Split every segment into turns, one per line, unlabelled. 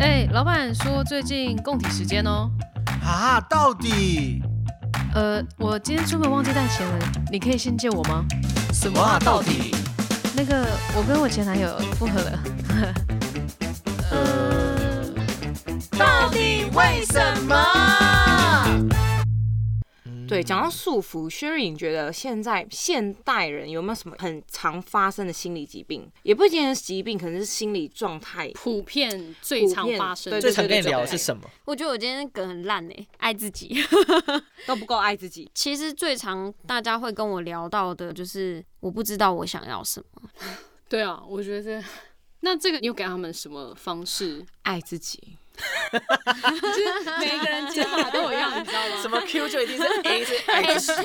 哎、老板说最近供体时间哦。
啊，到底
呃，我今天出门忘记带钱了，你可以先借我吗？
什么啊？到底？
那个，我跟我前男友复合了。呃，
到底为什么？
对，讲到束缚，Sherry，你觉得现在现代人有没有什么很常发生的心理疾病？也不仅仅是疾病，可能是心理状态。
普遍最常发生的
普遍对对
最
对
常跟你聊的
对
是什么？
我觉得我今天梗很烂哎、爱自己。
都不够爱自己，
其实最常大家会跟我聊到的就是我不知道我想要什么，
对啊，我觉得那这 个你有给他们什么方式？
爱自 己。
就是每一个人解法啊都有一 样，你知道吗？
什么 Q 就一定是 A 是
哎
H，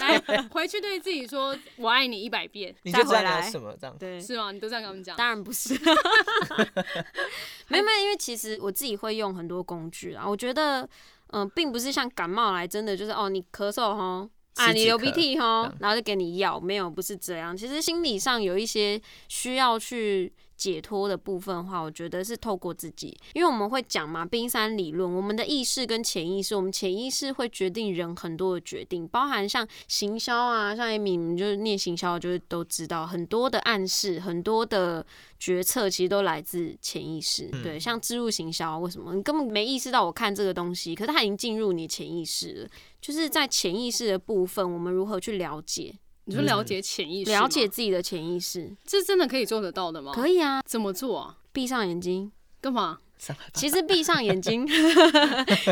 来回去对自己说“我爱你一百遍
你就知道
再回
你
来
要什么这样。
对”，
是吗？你都这样跟他们讲？
当然不是，没有没有，因为其实我自己会用很多工具啊。我觉得，嗯、并不是像感冒来真的就是哦，你咳嗽吼，啊，
吃
你
几
流
颗
鼻涕
这
吼
样，
然后就给你药，没有，不是这样。其实心理上有一些需要去解脱的部分的话，我觉得是透过自己，因为我们会讲嘛，冰山理论，我们的意识跟潜意识，我们潜意识会决定人很多的决定，包含像行销啊，像 Amy，你们就是念行销，就是都知道很多的暗示，很多的决策其实都来自潜意识。对，像植入行销，啊为什么你根本没意识到我看这个东西，可是它已经进入你潜意识了。就是在潜意识的部分，我们如何去了解、
你说了解潜意识吗，哦
了解自己的潜意识？
这真的可以做得到的吗？
可以啊，
怎么做啊？
闭上眼睛。
干嘛？
上来吧
其实闭上眼睛，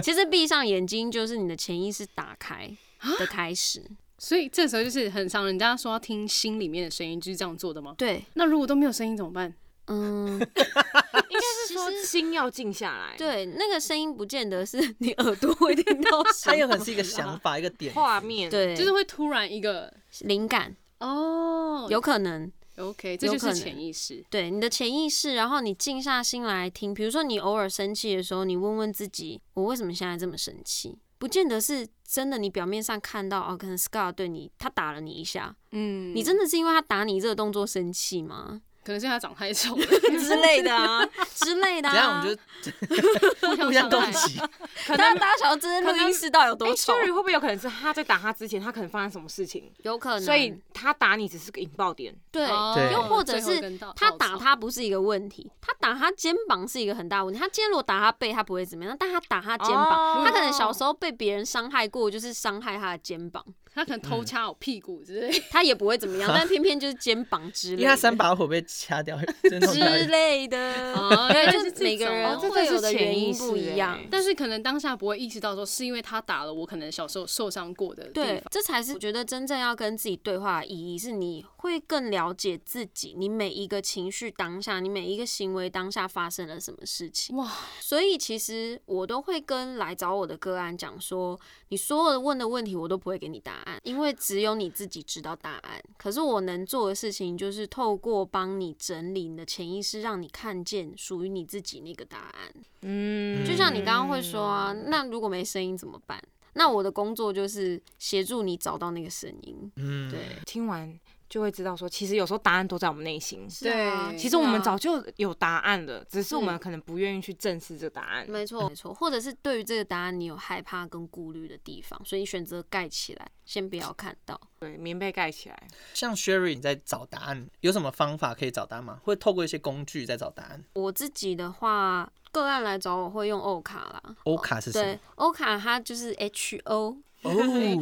其实闭上眼睛就是你的潜意识打开的开始。
所以这时候就是很常人家说要听心里面的声音，就是这样做的吗？
对，
那如果都没有声音怎么办？
嗯，
应该是说心要静下来，，
对，那个声音不见得是你耳朵会听到
它有
声
可能是一个想法，一个点。
画面，，
对，
就是会突然一个
灵感，
哦，
有可能。
OK，这
有
就
可
是
能
潜意识。
对你的潜意识，然后你静下心来听，比如说你偶尔生气的时候，你问问自己，我为什么现在这么生气？不见得是真的，你表面上看到哦，可能 Scar 对你，他打了你一下，
嗯，
你真的是因为他打你这个动作生气吗？
可能是他长太丑，
之类的啊， 之类的、啊。
怎样？我们就 互相攻击。
可
大
能
家大家想要知道
可
录
能
音室到底有多
哎
丑？
，Sherry 会不会有可能是他在打他之前，他可能发生什么事情，
有可能，
所以他打你只是个引爆点，
对，
对
又或者
最后一
是
根稻
他
稻
打
草
他不是一个问题，他打他肩膀是一个很大的问题。他今天如果打他背，他不会怎么样，但他打他肩膀，
哦
他可能小时候被别人伤害过，就是伤害他的肩膀，
他可能偷掐我屁股之 类的。
他也不会怎么样，但偏偏就是肩膀之
因
类
为他三
的。
把火被掐掉，真的很
之
大力
类的，
哦原
对，
来
就是是
这
每个
种
人
哦
这
会
真
有
的
的
是
原
潜
因
意
不
识
一样
欸，
但是可能当下不会意识到，说是因为他打了我，可能小时候受伤过的地
对
方，。
这才是我觉得真正要跟自己对话的意义，是你会更了解自己，你每一个情绪当下，你每一个行为当下发生了什么事情。
哇，
所以其实我都会跟来找我的个案讲说，你所有的问的问题我都不会给你答案，因为只有你自己知道答案。可是我能做的事情就是透过帮你整理你的潜意识，让你看见属于你自己那个答案。
嗯
就像你刚刚会说啊，那如果没声音怎么办？那我的工作就是协助你找到那个声音。
嗯，
对，
听完就会知道说，其实有时候答案都在我们内心。
啊
对
其实我们早就有答案了，只是我们可能不愿意去正视这个答案。
嗯没错，没错，或者是对于这个答案你有害怕跟顾虑的地方，所以你选择盖起来，先不要看到。
对，棉被盖起来。
像 Sherry，你在找答案，有什么方法可以找答案吗？会透过一些工具在找答案。
我自己的话，个案来找我会用欧卡啦。
欧卡是什么
对？，欧卡它就是 H O，
哦，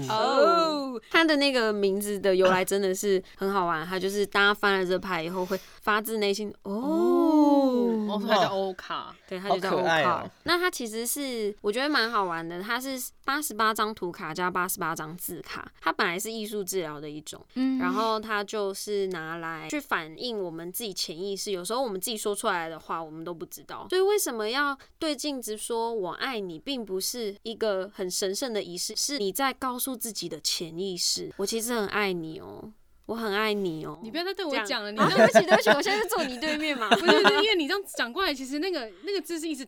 哦，
它的那个名字的由来真的是很好玩。它就是大家翻了这牌以后会发自内心哦
哦，他叫欧卡，
对，它
好
就叫
可
欧
爱
卡。
哦
那它其实是我觉得蛮好玩的，它是八十八张图卡加八十八张字卡，它本来是艺术治疗的一种，
嗯
然后它就是拿来去反映我们自己潜意识，有时候我们自己说出来的话，我们都不知道。所以为什么要对镜子说我爱你，并不是一个很神圣的仪式，是你在告诉自己的潜意识，我其实很爱你哦，我很爱你哦。
你不要再对
这
我
样
讲了，你
啊
这
对
样
不起，对不起，我现在是坐你对面 嘛。
不是不是，因为你这样讲过来，其实那个那个字是一直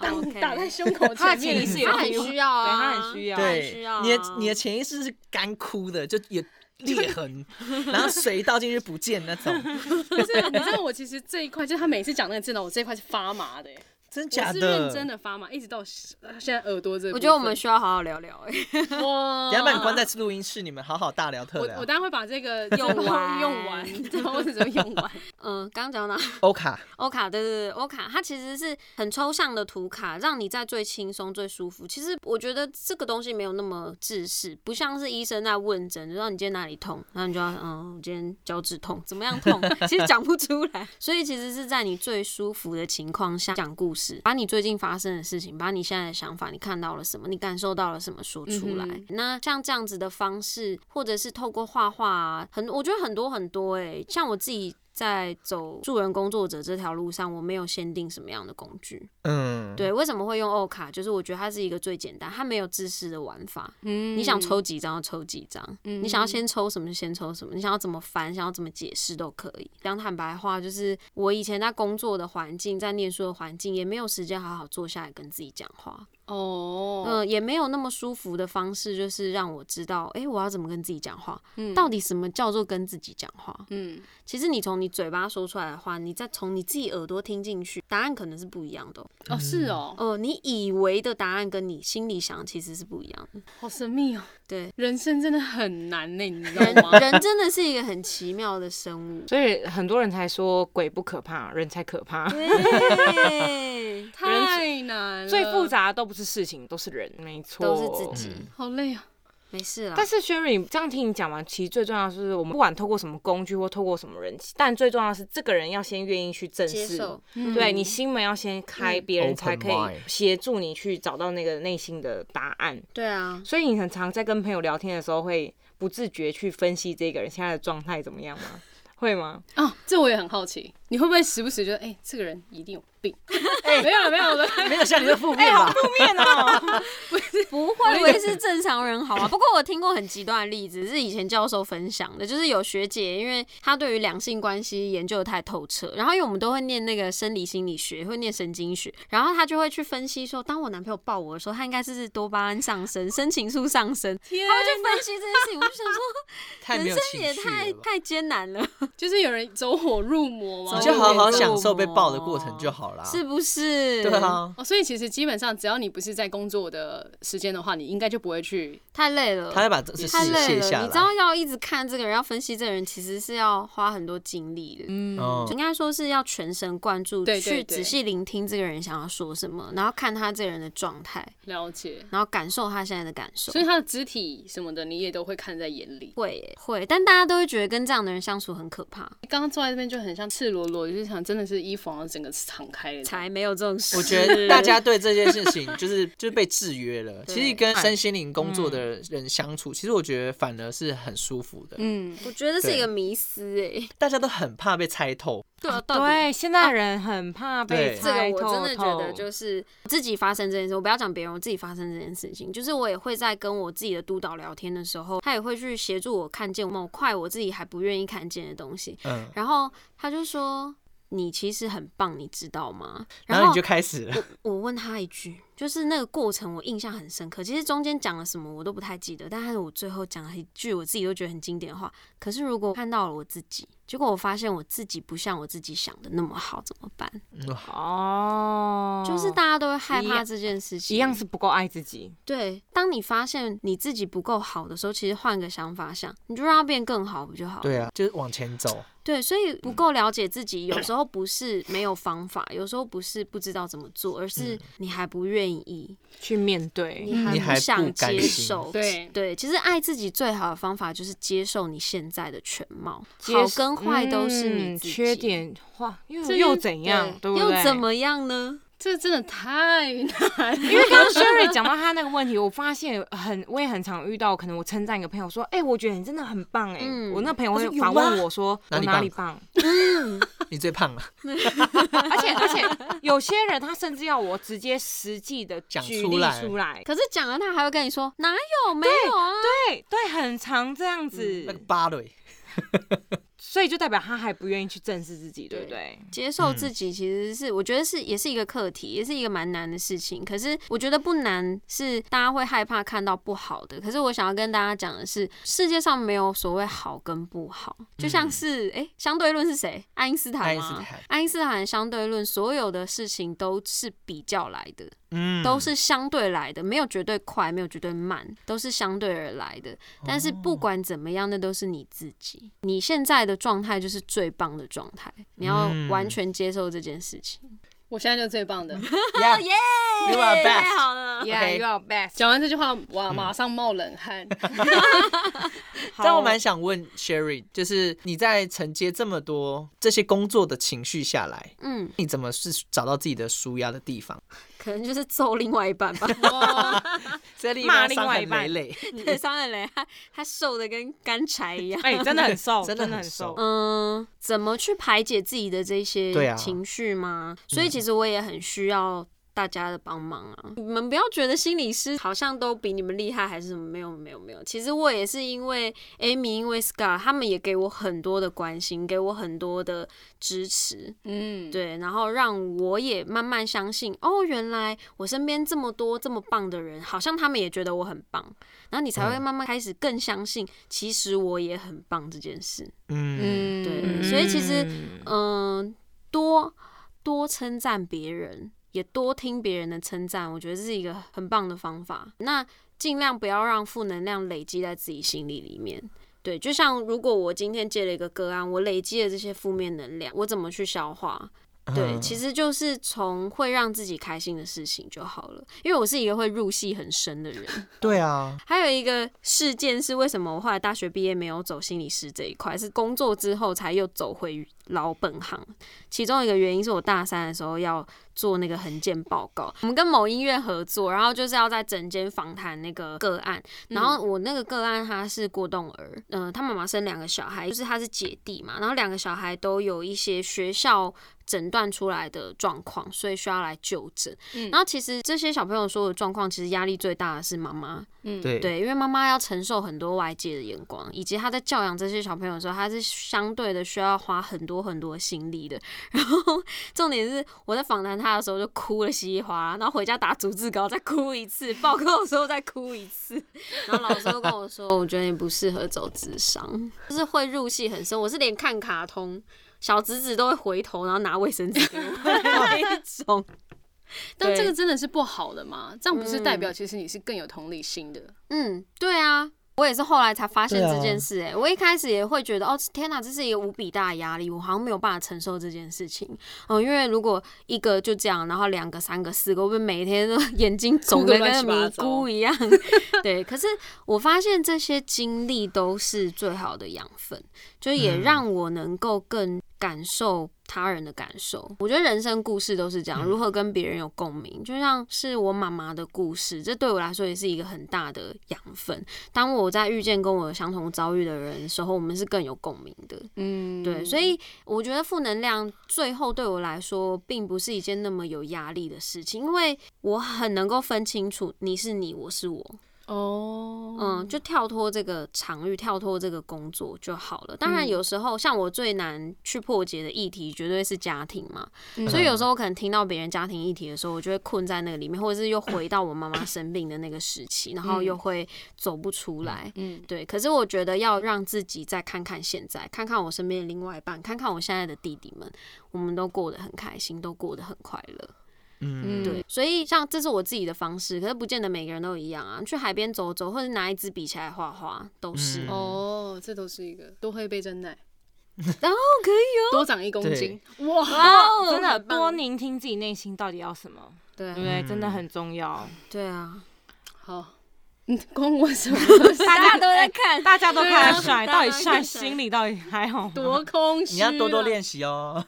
哦 OK
打在胸口
他
前
的潜意
面，
识有
他很需要
对
啊，
他很需要。
对
对
需要，啊
你的你的潜意识是干枯的，就也裂痕，然后水倒进去不见那种，
不是，你知道我其实这一块，就是他每次讲那个字呢，我这一块是发麻的、欸，
真
我
假
是
的？
认真的发麻，一直到现呃现在耳朵这个部分。
我觉得我们需要好好聊聊、哎，
哇，
等一下把
哦
你关在录音室，你们好好大聊特啊
我
聊
我。当然会把这个
用
这个
完
用完，对，我只能用完。
嗯，刚刚讲到哪
欧卡，
欧卡，对对对，欧卡，它其实是很抽象的图卡，让你在最轻松、最舒服。其实我觉得这个东西没有那么制式，不像是医生在问诊，就说你今天哪里痛，然后你就要嗯，我今天脚趾痛，怎么样痛， 其实讲不出来。所以其实是在你最舒服的情况下讲故事，把你最近发生的事情，把你现在的想法，你看到了什么，你感受到了什么，说出来。
嗯
那像这样子的方式，或者是透过画画、啊，很我觉得很多很多哎、像我自己。在走助人工作者这条路上，我没有限定什么样的工具。
嗯，
对，为什么会用欧卡？就是我觉得它是一个最简单，它没有自私的玩法。
嗯
你想抽几张就抽几张，
嗯
你想要先抽什么就先抽什么，你想要怎么翻，想要怎么解释都可以。讲坦白话，就是我以前在工作的环境，在念书的环境，也没有时间好好坐下来跟自己讲话，
哦，
嗯、也没有那么舒服的方式，就是让我知道，诶，我要怎么跟自己讲话，
嗯
到底什么叫做跟自己讲话？
嗯
其实你从你嘴巴说出来的话，你再从你自己耳朵听进去，答案可能是不一样的哦、
哦是哦，
呃，你以为的答案跟你心里想其实是不一样的。
好神秘哦，
对，
人生真的很难呢，你知道
人
吗？
人真的是一个很奇妙的 生物。
所以很多人才说鬼不可怕，人才可怕。
对，
太难了，
最复，杂的都不是事情，都是人，没错，
都是
嗯
自己，
好累啊。
没事啦
但。是 Sherry 这样听你讲完，其实最重要的是，我们不管透过什么工具或透过什么人，但最重要的是，这个人要先愿意去正
接
视，
受，
嗯
嗯
对你心门要先开，别人才可
Open
以
mind
协助你去找到那个内心的答案。
对啊，
所以你很常在跟朋友聊天的时候，会不自觉去分析这个人现在的状态怎么样吗？会吗？
哦，这我也很好奇，你会不会时不时觉得，哎、这个人一定有 病？
哎
没有了，没有了，
没有像你的负面吧？
面哦，
不会，我也是正常人， 好吧。不过我听过很极端的例子，是以前教授分享的，就是有学姐，因为她对于两性关系研究的太透彻，然后因为我们都会念那个生理心理学，会念神经学，然后她就会去分析说，当我男朋友抱我的时候，他应该是多巴胺上升，深情素上升，她
天，
会去分析这件事情。我就想说，
太没
人
有
生
情
也
绪
太
了吧。啊
太艰难了，
就是有人走火入魔
你
嘛。
走
就
火
好
入
好
魔
享受被抱的过程就好啦。
是不是？
对啊，
哦，所以其实基本上只要你不是在工作的时间的话，你应该就不会去。
太累了，
他要把这事
太
情
累
卸
了，
下
你
来
知。道要一直看这个人，要分析这个人，其实是要花很多精力的。嗯，
嗯
应该说是要全神贯注
对对
去
对
仔细聆听这个人想要说什么，然后看他这个人的状态，
了解，
然后感受他现在的感受
所。以他的肢体什么的，你也都会看在眼里。
会耶会，但大家都会觉得跟这样的人相处很可怕，
刚刚坐在这边就很像赤裸裸，就是想真的是衣服好像整个敞开了。
才没有这种事。
我觉得大家对这件事情 就是就是被制约了。
对嗯
其实跟身心灵工作的人相处，其实我觉得反而是很舒服的。
嗯，
我觉得是一个迷思哎，
大家都很怕被猜透，
对啊，到底
对，现在人很怕被
对
这个
猜
我真的
透
觉得
透
就是自己发生这件事，我不要讲别人，我自己发生这件事情，就是我也会在跟我自己的督导聊天的时候，他也会去协助我看见某块我自己还不愿意看见的东西，
嗯，
然后他就说。你其实很棒，你知道吗？
然后你就开始了，
我问他一句，就是那个过程我印象很深刻。其实中间讲了什么我都不太记得，但是我最后讲了一句我自己都觉得很经典的话。可是如果我看到了我自己，结果我发现我自己不像我自己想的那么好，怎么办？
嗯
哦，
就是大家都会害
一
怕
样
这件事情。
一样是不够爱自己，
对，当你发现你自己不够好的时候，其实换个想法想，你就让它变更好不就好了？
对啊，就是往前走。
对，所以
嗯
不够了解自己，有时候不是没有方法，有时候不是不知道怎么做，而
嗯
是你还不愿意，
去面对
你还
你还
不
不
想
甘
接
心
受。
对
对，其实爱自己最好的方法就是接受你现在的全貌，
接
好
受
跟坏都是你
嗯
自己。
缺点话又
这
又怎
对
样，对不对？
又怎？么样呢？
这真的太难了。
因为刚 刚 Sherry 讲到他那个问题，我发现很我也很常遇到，可能我称赞一个朋友说：“哎、我觉得你真的很棒哎、
嗯
我那朋友
我
会
说有
反问我说：“
哪
我
里
哪
棒
里棒
你最 胖了，
而且而且有些人他甚至要我直接实际的
讲
举
出
例
来
出来，
可是讲了，他还会跟你说哪有没有啊？
嗯对对，很常这样子。
那个芭蕾，
所以就代表他还不愿意去正视自己，对不对？
接受自
嗯
己其实是、我觉得是也是一个课题，也是一个蛮难的事情。可是我觉得不难，是大家会害怕看到不好的。可是我想要跟大家讲的是，世界上没有所谓好跟不好，就像是诶，相对论是谁？爱因斯
嗯爱
坦
因斯
吗？
坦，
爱因斯坦相对论，所有的事情都是比较来的，
嗯，
都是相对来的，没有绝对快，没有绝对慢，都是相对而来的。但是
哦
不管怎么样，那都是你自己。你现在的状态就是最棒的状态，你要
嗯
完全接受这件事情。
我现在就是最棒的。
哦
Yeah, you are best.
太好了，
OK
Yeah, you are best。
讲完这句话，哇，
嗯
马上冒冷 汗。
但我蛮想问 Sherry，就是你在承接这么多这些工作的情绪下来，
嗯，
你怎么是找到自己的舒压的地方？
可能就是揍另外一半 吧。
在另
骂另
伤
外
痕
一半
累累，
对， 桑德雷他他瘦的跟干柴一样。
哎，真的很瘦，
真
真
的很
很
瘦
嗯，怎么去排解自己的这
对啊嗯
些情绪吗？所以其实我也很需要大家的帮忙啊！你们不要觉得心理师好像都比你们厉害还是什么，没有没有没有。其实我也是因为 Amy，因为 Scar，他们也给我很多的关心，给我很多的支持，
嗯，
对，然后让我也慢慢相信，哦，原来我身边这么多这么棒的人，好像他们也觉得我很棒，然后你才会
嗯
慢慢开始更相信，其实我也很棒这件事。
嗯，
嗯，
对所以其实 嗯，多多称赞别人，也多听别人的称赞，我觉得这是一个很棒的方法。那尽量不要让负能量累积在自己心里里面。对，就像如果我今天接了一个个案，我累积了这些负面能量，我怎么去消化？对，其
实
实就是从会让自己开心的事情就好了。因为我是一个会入戏很深的人，
对啊，
还有一个事件是，为什么我后来大学毕业没有走心理师这一块，是工作之后才又走回老本行。其中一个原因是我大三的时候要做那个横件报告，我们跟某音乐合作，然后就是要在整间访谈那个个案。然后
嗯
我那个个案他是过动儿，嗯、他妈妈生两个小孩，就是他是姐弟嘛，然后两个小孩都有一些学校诊断出来的状况，所以需要来就诊。
嗯
然后其实这些小朋友所有的状况，其实压力最大的是妈妈，
嗯，
对
对，因为妈妈要承受很多外界的眼光，以及她在教养这些小朋友的时候，她是相对的需要花很多很多心力的。 然后重点是我在访谈她的时候就哭了稀里哗啦，然后回家打逐字稿再哭一次，报告的时候再哭一次， 然后老师都跟我说，我觉得你不适合走智商，就是会入戏很深。我是连看卡通，小侄子都会回头，然后拿卫生纸给我那一 种。
但
对
这个真的是不好的嘛？这样不是代表其实你是更有同理心的。
嗯，对啊，我也是后来才发现
对啊
这件事、欸。哎、我一开始也会觉得，哦，天哪，这是一个无比大的压力，我好像没有办法承受这件事情。嗯，因为如果一个就这样，然后两个、三个、四个，我们每天都 眼睛肿
哭
的
得乱
跟
七
迷
八糟
糊一样。 对，可是我发现这些经历都是最好的养分，就也
嗯
让我能够更感受他人的感受。我觉得人生故事都是这样，如何跟别人有共鸣，就像是我妈妈的故事，这对我来说也是一个很大的养分。当我在遇见跟我有相同遭遇的人的时候，我们是更有共鸣的。
嗯，
对，所以我觉得负能量最后对我来说，并不是一件那么有压力的事情，因为我很能够分清楚你是你，我是我，
哦，
嗯，就跳脱这个场域，跳脱这个工作就好了。当
嗯
然，有时候像我最难去破解的议题，绝对是家庭嘛，
嗯
所以有时候我可能听到别人家庭议题的时候，我就会困在那个里面，或者是又回到我妈妈生病的那个时期，然后又会走不出来。
嗯
对，可是我觉得要让自己再看看现在，看看我身边的另外一半，看看我现在的弟弟们，我们都过得很开心，都过得很快乐。
嗯，
嗯，
对，所以像这是我自己的方式，可是不见得每个人都一样啊。去海边走走，或者拿一支笔起来画画，都是。
嗯
哦，这都是一个多喝一杯真 奶，
然后哦可以
多长一公斤，哇，
哦，
真的
很棒
多聆听自己内心到底要什么，
对
对不对？
嗯
真的很重要。
对啊，
好， 嗯，关我什么事？
大家都在看，
大家都哎
对啊
看他帅，
大
到
家
底
都
帅
看帅
心里到底还好吗？
多空虚，啊
你要多多。练习哦。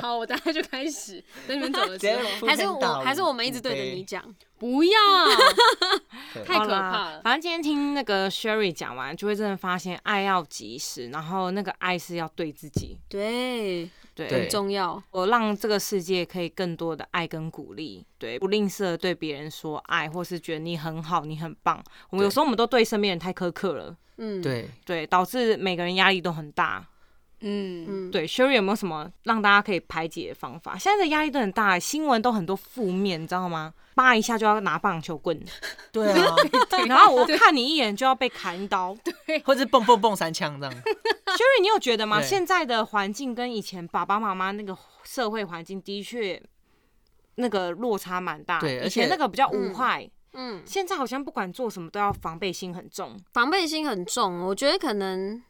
好，我等下就开始，等你们走了
直
之
接
后，
铺
还是
天大
我，
舞
还是我们一直对着你，
五
讲，
不要，
杯
太
好
可
啦
怕了
反正今天听那个 Sherry 讲完，就会真的发现爱要及时，然后那个爱是要对自己。
对，
对，
对
很重要。
我让这个世界可以更多的爱跟鼓励，对，不吝啬对别人说爱，或是觉得你很好，你很棒。我们有
对
时候我们都对身边人太苛刻了，
嗯，
对，
对，导致每个人压力都很大。
嗯，
嗯，
对，Sherry 有没有什么让大家可以排解的方法？现在的压力都很大，新闻都很多负面，你知道吗？扒一下就要拿棒球 棍，
对啊，
然后我看你一眼就要被砍一刀。
或者蹦蹦蹦三枪这样，
Sherry，你有觉得吗？
对
现在的环境跟以前爸爸妈妈那个社会环境的确那个落差蛮大。
对
以
而
前
且
那个比较无
嗯
害，
嗯，
现在好像不管做什么都要防备心很重。
防备心很重。我觉得可能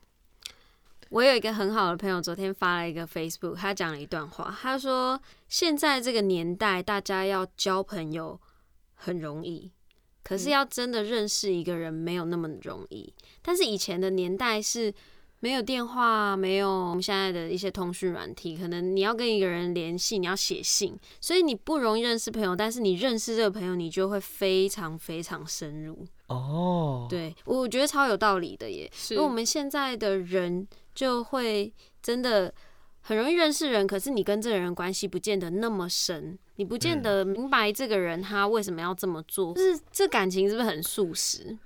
我有一个很好的朋友，昨天发了一个 Facebook，他讲了一段话，他说现在这个年代，大家要交朋友很容易。可是要真的认识一个人没有那么容易，但是以前的年代是没有电话，没有我们现在的一些通讯软体，可能你要跟一个人联系，你要写信，所以你不容易认识朋友。但是你认识这个朋友，你就会非常非常深入。
哦，
对，我觉得超有道理的耶。
是
因为我们现在的人就会真的很容易认识人，可是你跟这个人关系不见得那么深，你不见得明白这个人他为什么要这么做，就是这感情是不是很速食？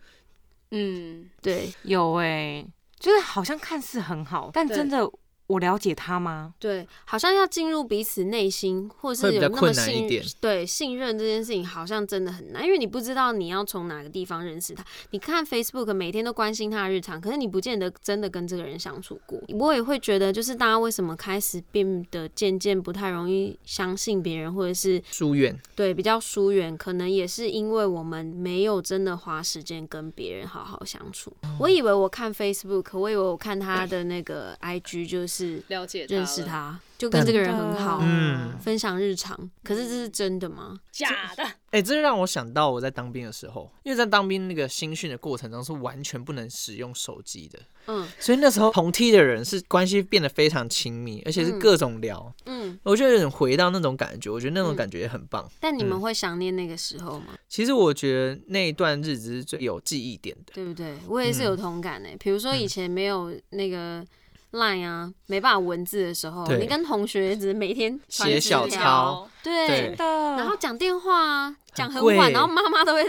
嗯，
对
有哎、就是好像看似很好，但
对
真的我了解他吗？
对，好像要进入彼此内心，或
会
是
比
有
较
那么
困难一
信
点
对信任这件事情，好像真的很难，因为你不知道你要从哪个地方认识他。你看 Facebook 每天都关心他的日常，可是你不见得真的跟这个人相处过。我也会觉得，就是大家为什么开始变得渐渐不太容易相信别人，或者是
疏远，
对比较疏远，可能也是因为我们没有真的花时间跟别人好好相处。我以为我看 Facebook，我以为我看他的那个 IG 就是
了解他了，
认识他，就跟这个人很好，
嗯，
分享日常。可是这是真的吗？
假的，
哎、这让我想到我在当兵的时候，因为在当兵那个新训的过程中是完全不能使用手机的，
嗯
所以那时候同梯的人是关系变得非常亲密，而且是
嗯
各种聊，
嗯。
我觉得有点回到那种感觉，我觉得那种感觉也很棒。
但你们会想念那个时候吗？
其实我觉得那一段日子是最有记忆点的，
对不对？我也是
嗯
有同感诶、比如说以前没有那个 Line 啊，没办法文字的时候，
对
你跟同学只是每天传
写
纸
小
条
抄，对
对
真。的，
然后讲电话啊，讲很
贵
晚，然后妈妈都会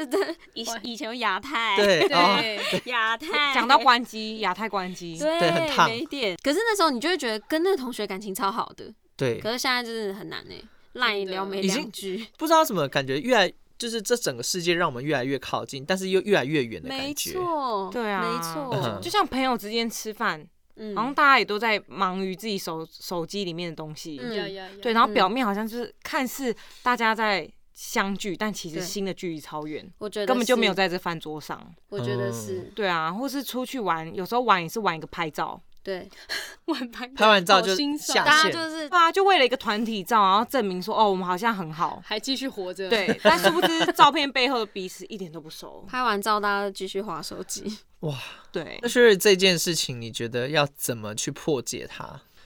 以
喂
以前有亚太，
对啊，
对，
亚太
讲到关机，亚太关机，
嗯对
对很烫
没电。可是那时候你就会觉得跟那个同学感情超好的，
对，
可是现在真的很难哎、赖
真的
聊没
已经
两句，
不知道怎么感觉越来就是这整个世界让我们越来越靠近，但是又越来越远的
没
感觉。
错，
对啊
没
嗯
错
哼，
就像朋友之间吃饭，
嗯
好像大家也都在忙于自己手手机里面的东西，
嗯
呀呀呀，
对，然后表面好像就是看似大家在相聚，但其实
对
心的距离超远，
我觉得
根本就没有
是，
在这饭桌上。
我觉得
嗯
是
对啊，或是出去玩，有时候玩也是玩一个拍照，
对，
晚班
拍完照
好
就
欣
下
赏，
大家
线
就是
对啊，就为了一个团体照，然后证明说哦，我们好像很 好。
还继续活着，
对，但殊不 知照片背后的彼此一点都不熟。
拍完照，大家继续划手机。
对
那，是这件事情，你觉得要怎么去破解它？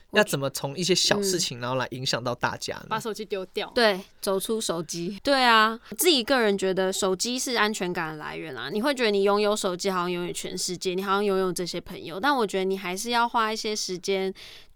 我嗯
要怎么从一些小事情，然后来影响到大家
把
呢？
手机丢掉，
对，走出手机。对啊，自己个人觉得手机是安全感的来源啊。你会觉得你拥有手机，好像拥有全世界，你好像拥有这些朋友。但我觉得你还是要花一些时间。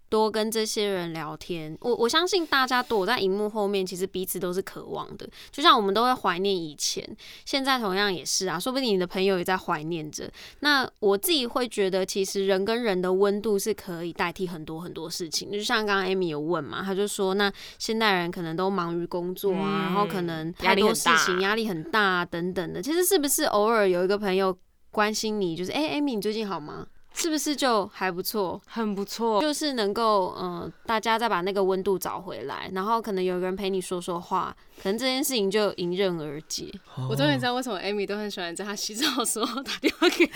多跟这些人聊天，我我相信大家躲在荧幕后面，其实彼此都是渴望的。就像我们都会怀念以前，现在同样也是啊，说不定你的朋友也在怀念着。那我自己会觉得，其实人跟人的温度是可以代替很多很多事情。就像刚刚 Amy 有问嘛，她就说，那现代人可能都忙于工作啊，
嗯
然后可能
压
太
力
多
很
事
大
情，压力很大、啊、等等的。其实是不是偶尔有一个朋友关心你，就是哎、a m y 你最近好吗？是不是就还不错？
很不错。
就是能够，嗯、大家再把那个温度找回来，然后可能有一个人陪你说说话，可能这件事情就迎刃而解。
我终于知道为什么 Amy 都很喜欢在她洗澡的时候打电话给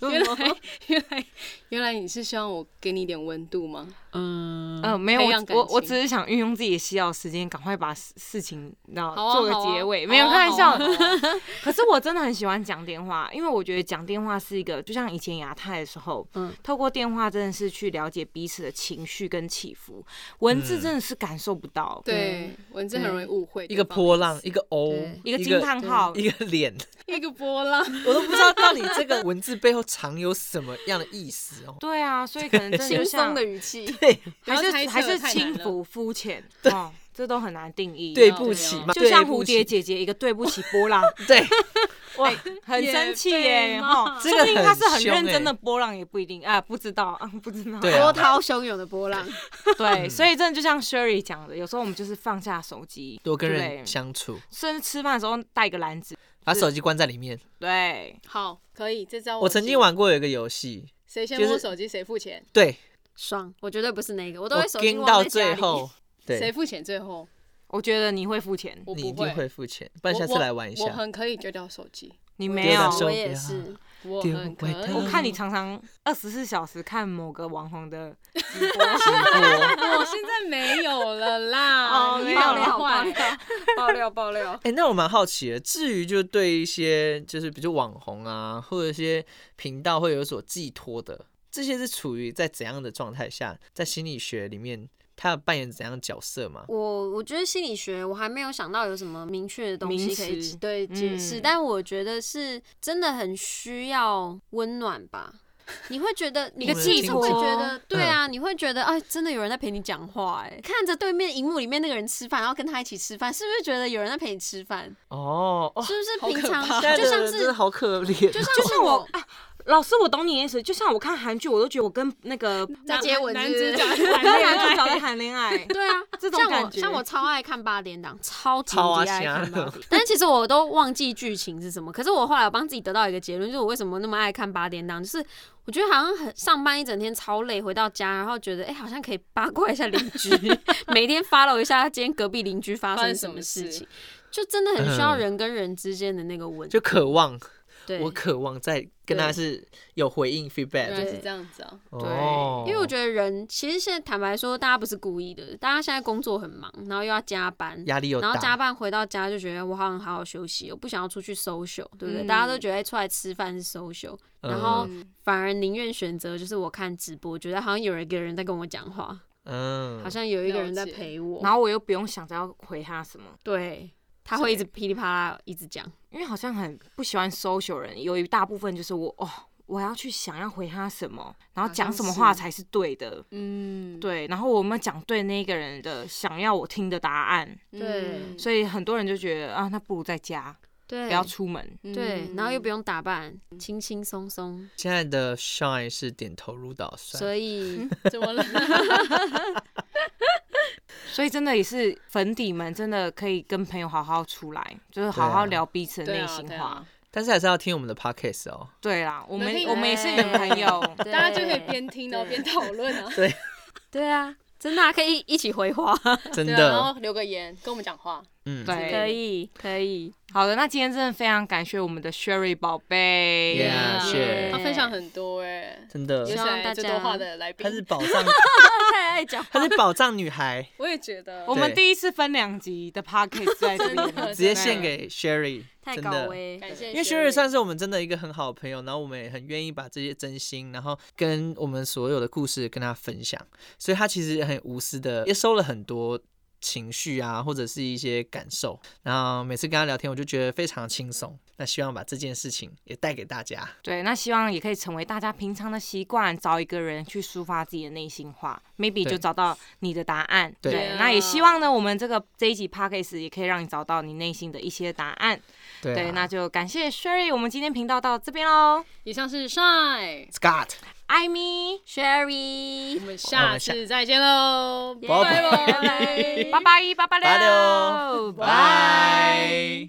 我。为什么？原来原来原来你是希望我给你一点温度吗？
嗯
嗯，没有，
培养
我
感
我我
情
只是想运用自己的洗澡时间，赶快把事事情然
好
后
啊
做个
好啊
结尾。
好
没有
啊
开玩
好啊
笑，可是我真的很喜欢讲电话，因为我觉得讲电话是一个，就像以前亚太的时候，
嗯
透过电话真的是去了解彼此的情绪跟起
嗯
伏，文字真的是感受不到。
对，文字很容易误会
一个
对方的
波浪
意，思
一个欧
对，
一个惊叹号，
一个脸，
一个波浪，
我都不知道到底这个文字背后藏有什么样的意思哦。
对啊，所以可能真的就
轻松
像
的语气，
还是
不要猜测
还是
太难
轻
了
浮肤浅， 哦，这都很难定义。
对不起
对啊
嘛，
就像
对
蝴
不起
蝶姐姐一个对不起波浪，
对，
哇，很生气耶！
也被
哈
骂，
这
说
个
不定他是
很
很
凶
认真
欸
的波浪，也不一定啊，不知道啊，不知道。
对啊
波涛汹涌的波浪，
嗯
对，所以真的就像 Sherry 讲的，有时候我们就是放下手机，
多跟人
对
相处，
甚至吃饭的时候带个篮子。
把手机关在里面。
对，
好，可以，这招
我曾经
记，
玩过有一个游戏，
谁先
就是
摸手机谁付钱，
对
爽！我绝对不是那个，我都
我
会手机
跟
忘
到
在家
最
里，
后，
谁
对，
付钱最后，
我觉得你会付钱，
我
你一
不
定
会
会。付钱，不然下次来玩一
我我
下。
很可以丢掉手机，
你
我
没
丢
有
到。手
我
机
也
啊
是，
我
丢
很可
回头
以。
我看你常常二十四小时看某个网红的，
我哦现在没有了啦，
哦
你
没有
好
了
坏
爆料爆料，
哎、那我蛮好奇的，至于就对一些就是比如网红啊，或者一些频道会有所寄托的，这些是处于在怎样的状态下，在心理学里面，他有扮演怎样的角色吗？
我我觉得心理学我还没有想到有什么明确的东西可
名
以
词
解对解释，
嗯
但我觉得是真的很需要温暖吧。你会觉得你
个
自己
寄
就会
托
觉得对啊，你会觉得哎，真的有人在陪你讲话哎，看着对面荧幕里面那个人吃饭，然后跟他一起吃饭，是不是觉得有人在陪你吃饭？
哦哦，
是不
好
是平
可
常
怕
就像
真的
是
好可怜，
就像
就像我
我
哎，老师，我懂你的意思。就像我看韩剧，我都觉得我跟那个
在接吻
男
是不
子
是
讲
跟男主角在谈恋 爱。
对啊，
这种
像
感
我
觉
像我超爱看八点档，超级
超啊
无敌爱看
瞎
八点，但其实我都忘记剧情是什么。可是我后来我帮自己得到一个结论，就是我为什么那么爱看八点档，就是我觉得好像很上班一整天超累，回到家然后觉得哎、好像可以八卦一下邻居， 每天 follow 一下今天隔壁邻居发
发生
生什
什
么
么
事
事
情，就真的很需要
嗯
人跟人之间的那个吻。
就渴望，
对，
我渴望在跟他
对
是有回应 feedback
原
的
来是这样子啊，
哦，
因为我觉得人其实现在坦白说，大家不是故意的，大家现在工作很忙，然后又要加班，
哦压力又
然后加
大，
班回到家就觉得我好想好好休息，我不想要出去 social，对不对？
嗯
大家都觉得哎出来吃饭是 social，然
嗯
后反而宁愿选择就是我看直播，觉得好像有一个人在跟我讲话，
嗯，
好像有一个人在
了解
陪我，
然后我又不用想着要回他什么，
对他会一直噼里啪啦一直讲，
因为好像很不喜欢 social 人，有一大部分就是我哦，我要去想要回他什么，然后讲什么话才是对的，
嗯，
对，然后我们讲对那个人的想要我听的答案，
嗯
对
所以很多人就觉得啊，那不如在家，
对
不要出门，
以
对，然后
嗯
又不用打扮，轻轻松松，
现在的 Shine 是点头如捣蒜，
所以
怎 么了？
所以真的也是粉底们真的可以跟朋友好好出来，就是
对
好
啊
好聊彼此的
对
内
啊
心
对
话
啊，，
但是还是要听我们的 podcast 哦。
对啦，我们
那可以
我们也是你的朋友，
啊
对
大家就可以边听然后边讨论 啊，
对啊，真的啊、可以一起回话，
真
对啊，
的，
然后留个言跟我们讲话，
嗯，
对，
可以可以，
好的，那今天真的非常感谢我们的 Sherry 宝贝
Yeah，
是
嗯他分享很多哎，
真的
有，
希望大
史最多
家
话的来宾
她，是宝藏，
太爱讲
她是宝藏女孩，
我也觉得
我，们
对
第一次分两集的 podcast 在这
真的
里，
直接献给 Sherry，
太
真
高
的。
危，
感谢，
因为 Sherry 算是我们真的一个很好的朋友，然后我们也很愿意把这些真心，然后跟我们所有的故事跟她分享，所以她其实很无私的，也收了很多情绪啊，或者是一些感受。然后每次跟她聊天，我就觉得非常轻松。那希望把这件事情也带给大家。
对，那希望也可以成为大家平常的习惯，找一个人去抒发自己的内心话，maybe
对
就找到你的答案。
对
啊
那也希望呢，我们这个这一集 podcast 也可以让你找到你内心的一些答案。
对啊
那就感谢 Sherry，我们今天频道到这边喽，
以上是 Shine，
Scott，
艾米，
Sherry，
我们下次再见喽，
拜
拜 拜。
拜拜，拜拜
拜
喽，
拜。